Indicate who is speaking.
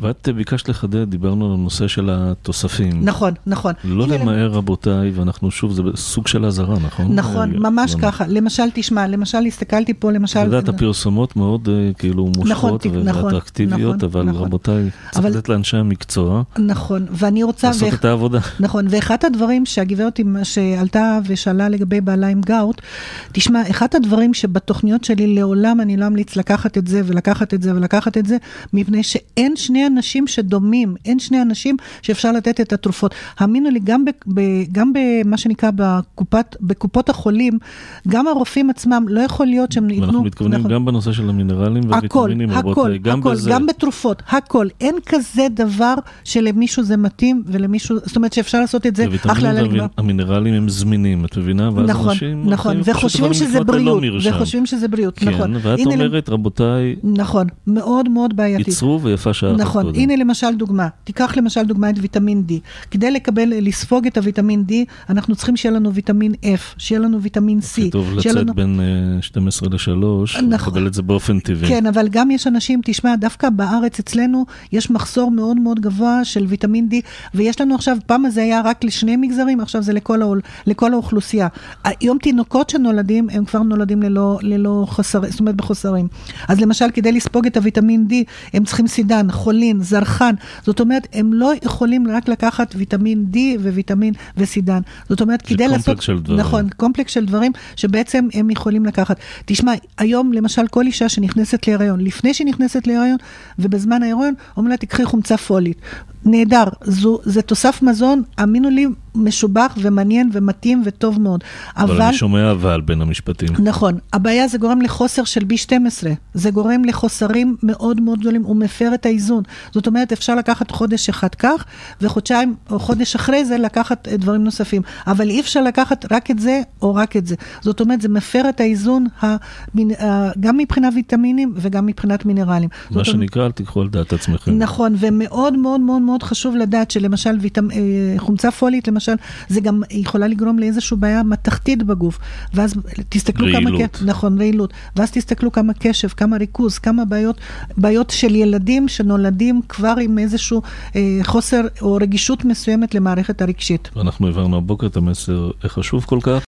Speaker 1: ואת אה, ביקשת לחדד, דיברנו על הנושא של התוספים.
Speaker 2: נכון, נכון.
Speaker 1: Mm. לא
Speaker 2: הנה,
Speaker 1: למהר, רבותיי, ואנחנו שוב, זה סוג של אזהרה, נכון?
Speaker 2: נכון,
Speaker 1: אה,
Speaker 2: ממש
Speaker 1: למה?
Speaker 2: ככה. למשל, תשמע, למשל, הסתכלתי פה,
Speaker 1: את
Speaker 2: למשל...
Speaker 1: יודעת, הפרסומות מאוד אה, כאילו מושכות
Speaker 2: טיפ- נכון,
Speaker 1: ואטרקטיביות,
Speaker 2: נכון,
Speaker 1: אבל
Speaker 2: נכון.
Speaker 1: רבותיי, צריך
Speaker 2: אבל-
Speaker 1: לתת לאנשי המקצוע
Speaker 2: נכון, ואני רוצה...
Speaker 1: לעשות
Speaker 2: ואיך-
Speaker 1: את העבודה.
Speaker 2: נכון, ואחד הדברים שהגברת עם- שעלתה ושאלה לגבי בעלה עם גאוט, תשמע, אחד הדברים שבתוכניות שלי לעולם אני לא אמליץ לקחת את זה ולקחת את זה ולקחת את זה, מפני שאין שני אנשים שדומים, אין שני אנשים שאפשר לתת את התרופות. האמינו לי, גם, ב, ב, גם במה שנקרא בקופת, בקופות החולים, גם הרופאים עצמם, לא יכול להיות שהם ייתנו...
Speaker 1: ואנחנו מתכוונים
Speaker 2: נכון.
Speaker 1: גם בנושא של המינרלים
Speaker 2: הכל,
Speaker 1: והוויטמינים,
Speaker 2: הכל,
Speaker 1: רבותיי, אה, גם
Speaker 2: הכל,
Speaker 1: בזה.
Speaker 2: גם בתרופות, הכל. אין כזה דבר שלמישהו זה מתאים ולמישהו, זאת אומרת שאפשר לעשות את זה
Speaker 1: הוויטמינים
Speaker 2: הכללה לגמרי.
Speaker 1: והמינרלים הם זמינים, את מבינה? ואז
Speaker 2: נכון,
Speaker 1: אנשים
Speaker 2: נכון,
Speaker 1: הולכים ופשוט
Speaker 2: וחושבים
Speaker 1: יכולים
Speaker 2: שזה
Speaker 1: לקנות ללא
Speaker 2: בריאות,
Speaker 1: לא מרשם.
Speaker 2: וחושבים שזה בריאות, נכון.
Speaker 1: כן, ואת
Speaker 2: הנה,
Speaker 1: אומרת, רבותיי,
Speaker 2: נכון, מאוד מאוד בעייתי.
Speaker 1: ייצרו ויפה שעה אחת
Speaker 2: נכון,
Speaker 1: קודם.
Speaker 2: הנה למשל דוגמה, תיקח למשל דוגמה את ויטמין D. כדי לקבל, לספוג את הוויטמין D, אנחנו צריכים שיהיה לנו ויטמין F, שיהיה לנו ויטמין C,
Speaker 1: הכי טוב
Speaker 2: שיהיה
Speaker 1: לצאת
Speaker 2: לנו...
Speaker 1: בין אה, 12 ל-3,
Speaker 2: נכון.
Speaker 1: לקבל את זה באופן טבעי.
Speaker 2: כן, אבל גם יש אנשים, תשמע, דווקא בארץ אצלנו יש מחסור מאוד מאוד גבוה של ויטמין D, ויש לנו עכשיו, פעם זה היה רק לשני מגזרים, עכשיו זה לכל, האול, לכל האוכלוסייה. היום תינוקות שנולדים, הם כבר נולדים ללא, ללא חסרים, זאת אומרת בחוסרים. אז למשל, כדי לספוג את הוויטמין D, הם צריכים סידן, חולין, זרחן. זאת אומרת, הם לא יכולים רק לקחת ויטמין D וויטמין וסידן. זאת אומרת,
Speaker 1: זה
Speaker 2: כדי לעשות...
Speaker 1: קומפלקס של דברים.
Speaker 2: נכון, קומפלקס של דברים שבעצם הם יכולים לקחת. תשמע, היום למשל כל אישה שנכנסת להיריון, לפני שהיא נכנסת להיריון ובזמן ההיריון, אומרים לה תקחי חומצה פולית. נהדר, זו, זה תוסף מזון, האמינו לי, משובח ומעניין ומתאים וטוב מאוד.
Speaker 1: אבל אני שומע אבל בין המשפטים.
Speaker 2: נכון, הבעיה זה גורם לחוסר של B12, זה גורם לחוסרים מאוד מאוד גדולים, הוא מפר את האיזון. זאת אומרת, אפשר לקחת חודש אחד כך, וחודשיים או חודש אחרי זה לקחת אה, דברים נוספים. אבל אי אפשר לקחת רק את זה או רק את זה. זאת אומרת, זה מפר את האיזון המינ... אה, גם מבחינת ויטמינים וגם מבחינת מינרלים.
Speaker 1: מה
Speaker 2: זאת אומרת-
Speaker 1: שנקרא, אל תיקחו על דעת עצמכם.
Speaker 2: נכון, ומאוד מאוד מאוד מאוד חשוב לדעת שלמשל ויטמ... אה, חומצה פולית, למשל, זה גם יכולה לגרום לאיזושהי בעיה מתכתית בגוף. ואז תסתכלו כמה...
Speaker 1: רעילות.
Speaker 2: כ- נכון, רעילות. ואז תסתכלו כמה קשב, כמה ריכוז, כמה בעיות, בעיות של ילדים שנולדים כבר עם איזשהו אה, חוסר או רגישות מסוימת למערכת הרגשית.
Speaker 1: ואנחנו העברנו הבוקר את המסר החשוב כל כך.